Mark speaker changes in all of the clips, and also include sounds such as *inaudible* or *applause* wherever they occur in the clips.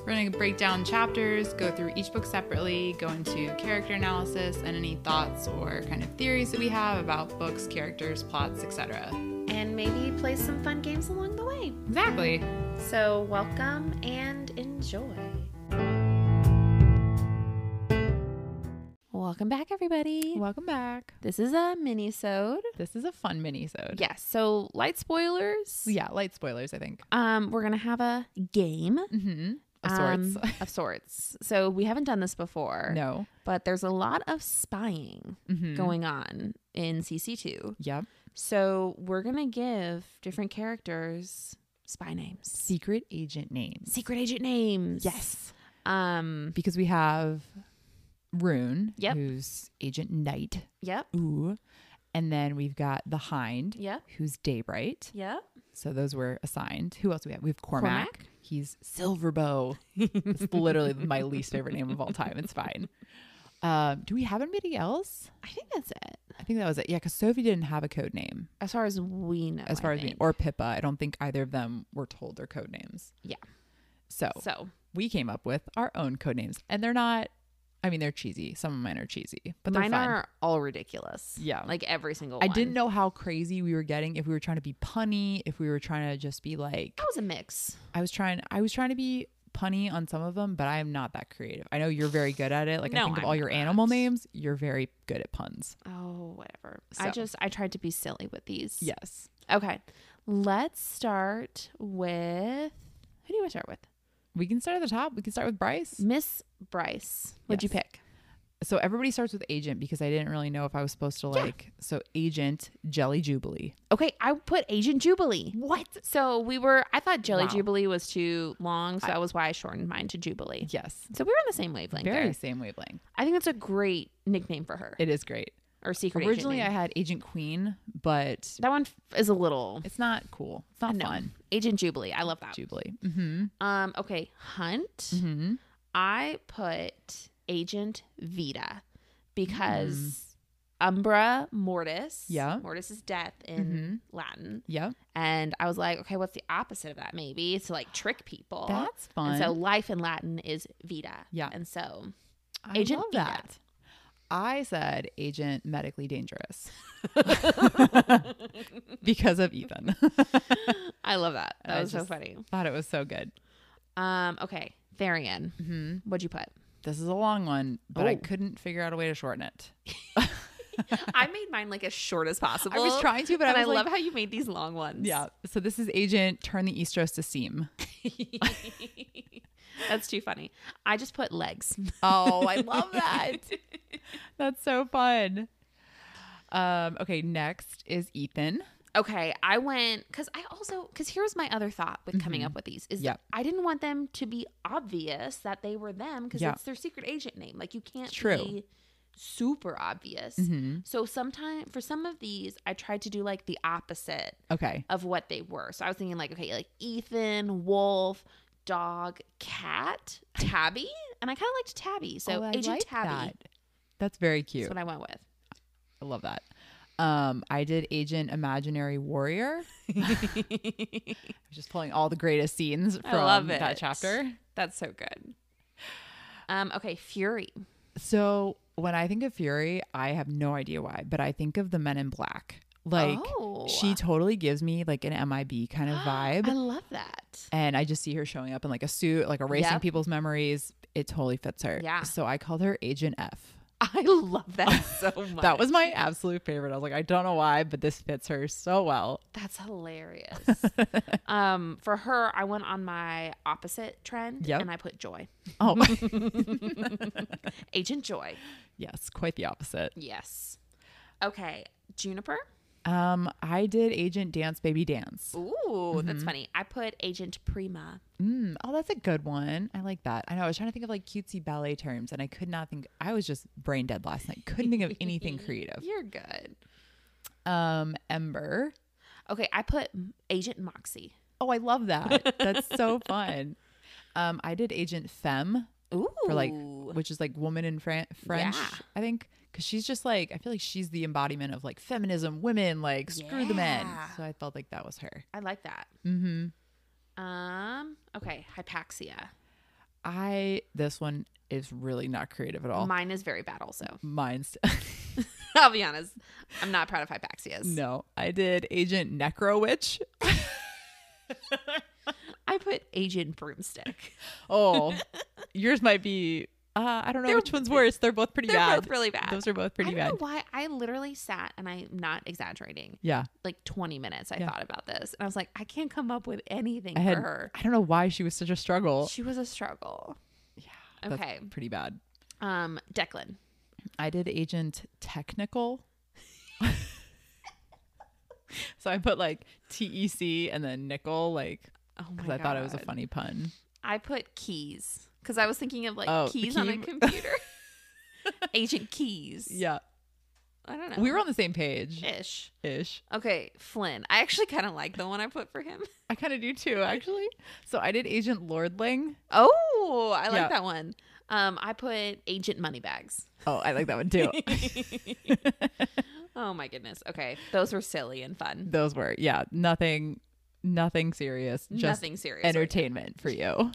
Speaker 1: We're going to break down chapters, go through each book separately, go into character analysis and any thoughts or kind of theories that we have about books, characters, plots, etc.
Speaker 2: And maybe play some fun games along the way.
Speaker 1: Exactly.
Speaker 2: So welcome and enjoy. Welcome back, everybody.
Speaker 1: Welcome back.
Speaker 2: This is a mini-sode.
Speaker 1: This is a fun mini-sode.
Speaker 2: Yes, so light spoilers.
Speaker 1: Yeah, light spoilers, I think.
Speaker 2: Um, we're gonna have a game
Speaker 1: Mm-hmm.
Speaker 2: *laughs*
Speaker 1: Of sorts.
Speaker 2: um, of sorts. So we haven't done this before.
Speaker 1: no.
Speaker 2: But there's a lot of spying
Speaker 1: Mhm.
Speaker 2: going on in CC2.
Speaker 1: Yep.
Speaker 2: So we're gonna give different characters spy names.
Speaker 1: Secret agent names.
Speaker 2: Secret agent names.
Speaker 1: Yes.
Speaker 2: Um
Speaker 1: Because we have Rune,
Speaker 2: Yep.
Speaker 1: who's Agent Knight.
Speaker 2: Yep.
Speaker 1: Ooh. And then we've got the Hind,
Speaker 2: Yep.
Speaker 1: who's Daybright.
Speaker 2: Yep.
Speaker 1: So those were assigned. Who else do we have? We have Cormac.
Speaker 2: Cormac?
Speaker 1: He's Silverbow. it's literally my least favorite name of all time. It's fine. Um, do we have anybody else?
Speaker 2: I think that's it.
Speaker 1: I think that was it. Yeah, because Sophie didn't have a code name
Speaker 2: As far as we know.
Speaker 1: as
Speaker 2: Oh, I
Speaker 1: far as me
Speaker 2: think.
Speaker 1: or Pippa. I don't think either of them were told their code names.
Speaker 2: Yeah.
Speaker 1: So,
Speaker 2: So
Speaker 1: we came up with our own code names, and they're not. I mean, they're cheesy. Some of mine are cheesy, but they're
Speaker 2: mine
Speaker 1: fun.
Speaker 2: are all ridiculous.
Speaker 1: Yeah.
Speaker 2: Like every single
Speaker 1: I
Speaker 2: one.
Speaker 1: didn't know how crazy we were getting. If we were trying to be punny, if we were trying to just be like,
Speaker 2: that was a mix.
Speaker 1: I was trying I was trying to be punny on some of them, but I am not that creative. I know you're very good at it. Like I
Speaker 2: No,
Speaker 1: think of
Speaker 2: I'm
Speaker 1: all your
Speaker 2: not.
Speaker 1: animal names, you're very good at puns.
Speaker 2: Oh, whatever. I
Speaker 1: So.
Speaker 2: just I tried to be silly with these.
Speaker 1: Yes.
Speaker 2: Okay. Let's start with who do you want to start with?
Speaker 1: We can start at the top. We can start with Bryce.
Speaker 2: Miss Bryce. What'd you
Speaker 1: Yes.
Speaker 2: pick?
Speaker 1: So everybody starts with agent because I didn't really know if I was supposed to like so agent Jelly Jubilee.
Speaker 2: Okay, I put Agent Jubilee.
Speaker 1: What?
Speaker 2: So we were I thought Jelly
Speaker 1: Wow.
Speaker 2: Jubilee was too long, so that was why I shortened mine to Jubilee.
Speaker 1: Yes.
Speaker 2: So we were on the same wavelength
Speaker 1: Very
Speaker 2: there.
Speaker 1: same wavelength.
Speaker 2: I think that's a great nickname for her.
Speaker 1: It is great.
Speaker 2: or secret
Speaker 1: Originally I
Speaker 2: agent. name.
Speaker 1: had Agent Queen, but
Speaker 2: that one f- is a little
Speaker 1: it's not cool. It's not
Speaker 2: no.
Speaker 1: fun.
Speaker 2: Agent Jubilee. I love that.
Speaker 1: Jubilee. Mm-hmm.
Speaker 2: um okay, Hunt.
Speaker 1: Mm-hmm.
Speaker 2: I put Agent Vita because Umbra Mortis.
Speaker 1: Yeah.
Speaker 2: Mortis is death in Latin.
Speaker 1: Yep.
Speaker 2: And I was like, okay, what's the opposite of that maybe? To like trick people.
Speaker 1: That's fun.
Speaker 2: And so life in Latin is Vita.
Speaker 1: Yeah.
Speaker 2: And so
Speaker 1: I
Speaker 2: Agent
Speaker 1: love
Speaker 2: Vita.
Speaker 1: that. I said agent
Speaker 2: *laughs*
Speaker 1: medically dangerous *laughs* because of Ethan. *laughs*
Speaker 2: I love that. That
Speaker 1: I
Speaker 2: was so
Speaker 1: just-
Speaker 2: funny.
Speaker 1: Thought it was so good.
Speaker 2: Um, okay. Therian. What'd you put?
Speaker 1: This is a long one, but I
Speaker 2: Oh.
Speaker 1: couldn't figure out a way to shorten it.
Speaker 2: *laughs* I made mine like as short as possible.
Speaker 1: I was trying to, but
Speaker 2: and
Speaker 1: I,
Speaker 2: I,
Speaker 1: was like,
Speaker 2: love how you made these long ones.
Speaker 1: yeah. So this is agent turn the Eastros to seam.
Speaker 2: That's too funny. I just put legs. *laughs*
Speaker 1: Oh, *laughs* I love that. That's so fun. Um, okay, next is Ethan.
Speaker 2: Okay, I went because I also because here's my other thought with coming up with these is
Speaker 1: Mm-hmm. Yep.
Speaker 2: I didn't want them to be obvious that they were them because
Speaker 1: Yeah.
Speaker 2: it's their secret agent name. Like you can't
Speaker 1: True. Mm-hmm.
Speaker 2: be super obvious. So sometimes for some of these, I tried to do like the opposite
Speaker 1: Okay.
Speaker 2: of what they were. So I was thinking like okay, like Ethan, Wolf, Dog, Cat, Tabby, and I kind of liked Tabby. So
Speaker 1: Oh, I
Speaker 2: Agent
Speaker 1: like
Speaker 2: Tabby.
Speaker 1: that. That's very cute.
Speaker 2: That's what I went with.
Speaker 1: I love that. Um, I did Agent
Speaker 2: *laughs*
Speaker 1: Imaginary Warrior. I was just pulling all the greatest scenes from
Speaker 2: I love it.
Speaker 1: that chapter.
Speaker 2: That's so good. Um. Okay, Fury.
Speaker 1: So when I think of Fury, I have no idea why, but I think of the Men in Black. Like
Speaker 2: Oh.
Speaker 1: she totally gives me like an MIB kind of
Speaker 2: *gasps*
Speaker 1: vibe.
Speaker 2: I love that. *laughs*
Speaker 1: and I just see her showing up in like a suit, like erasing
Speaker 2: Yep.
Speaker 1: people's memories. It totally fits her.
Speaker 2: Yeah.
Speaker 1: So I called her Agent F.
Speaker 3: I love
Speaker 1: *laughs*
Speaker 3: that so much.
Speaker 1: That was my absolute favorite. I was like, I don't know why, but this fits her so
Speaker 2: *laughs*
Speaker 1: well.
Speaker 2: That's
Speaker 1: *laughs*
Speaker 2: hilarious. um, for her, I went on my opposite trend
Speaker 1: Yep.
Speaker 2: and I put Joy,
Speaker 1: Oh, *laughs*
Speaker 2: Agent Joy.
Speaker 1: yes, quite the opposite.
Speaker 2: Yes. Okay, Juniper.
Speaker 1: Um, I did Agent Dance Baby Dance.
Speaker 2: Ooh,
Speaker 1: Mm-hmm.
Speaker 2: that's funny. I put Agent Prima.
Speaker 1: Mm, oh, that's a good one. I like that. I know. I was trying to think of like cutesy ballet terms, and I could not think. I was just brain dead last night. Couldn't think of
Speaker 2: *laughs*
Speaker 1: anything creative.
Speaker 2: You're good.
Speaker 1: Um, Ember.
Speaker 2: Okay, I put Agent Moxie.
Speaker 1: Oh, I love that. That's
Speaker 2: *laughs*
Speaker 1: so fun. Um, I did Agent Femme
Speaker 2: Ooh,
Speaker 1: for like, which is like woman in Fran- French,
Speaker 2: Yeah.
Speaker 1: I think, because she's just like, I feel like she's the embodiment of like feminism, women, like screw the men.
Speaker 2: Yeah.
Speaker 1: So I felt like that was her.
Speaker 2: I like that.
Speaker 1: Mm-hmm.
Speaker 2: Um. Okay, Hypaxia.
Speaker 1: I this one is really not creative at all.
Speaker 2: Mine is very bad. Also, *laughs*
Speaker 1: *laughs* Mine's
Speaker 2: I'll be honest. I'm not proud of Hypaxia's.
Speaker 1: no. I did Agent Necro Witch.
Speaker 2: I put Agent Broomstick. *laughs*
Speaker 1: Oh, yours might be. Uh, I don't know which one's worse. They're both pretty
Speaker 2: They're
Speaker 1: bad.
Speaker 2: both really bad.
Speaker 1: Those are both pretty
Speaker 2: I don't
Speaker 1: bad.
Speaker 2: know why. I literally sat and I'm not exaggerating.
Speaker 1: Yeah,
Speaker 2: Like 20 minutes, I
Speaker 1: Yeah.
Speaker 2: thought about this, and I was like, I can't come up with anything
Speaker 1: I had.
Speaker 2: for her.
Speaker 1: I don't know why she was such a struggle.
Speaker 2: She was a struggle. Yeah.
Speaker 1: That's
Speaker 2: Okay.
Speaker 1: pretty bad.
Speaker 2: Um, Declan.
Speaker 1: I did agent
Speaker 2: *laughs*
Speaker 1: technical. so I put like T E C and then nickel, like
Speaker 2: Oh my
Speaker 1: because I thought it was a
Speaker 2: God.
Speaker 1: funny pun.
Speaker 2: I put keys because I was thinking of like
Speaker 1: Oh, the
Speaker 2: keys on a
Speaker 1: key- *laughs*
Speaker 2: computer. Agent keys.
Speaker 1: Yeah,
Speaker 2: I don't know.
Speaker 1: we were on the same page
Speaker 2: ish.
Speaker 1: ish.
Speaker 2: Okay, Flynn. I actually kind of like the one I put for him.
Speaker 1: I kind of do too, actually. So I did agent lordling.
Speaker 2: Oh, I like
Speaker 1: Yeah.
Speaker 2: that one. Um, I put Agent Moneybags.
Speaker 1: Oh, I like that one too. *laughs*
Speaker 2: Oh my goodness. Okay, those were silly and fun.
Speaker 1: Those were yeah, nothing, nothing serious, just
Speaker 2: Nothing serious.
Speaker 1: entertainment for you.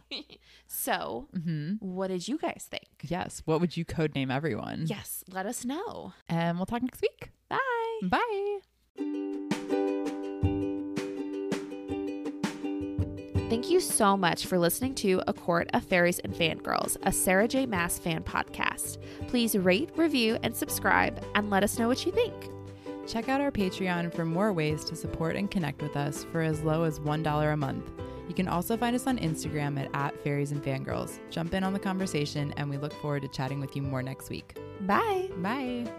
Speaker 2: so,
Speaker 1: hmm
Speaker 2: what did you guys think?
Speaker 1: Yes. What would you code name everyone?
Speaker 2: Yes, let us know.
Speaker 1: And we'll talk next week.
Speaker 2: Bye.
Speaker 1: Bye.
Speaker 2: Thank you so much for listening to A Court of Fairies and Fangirls, a Sarah J. Mass fan podcast. Please rate, review, and subscribe, and let us know what you think.
Speaker 1: Check out our Patreon for more ways to support and connect with us for as low as $1 a month. You can also find us on Instagram at, at fairies and fangirls. Jump in on the conversation, and we look forward to chatting with you more next week.
Speaker 2: Bye.
Speaker 1: Bye.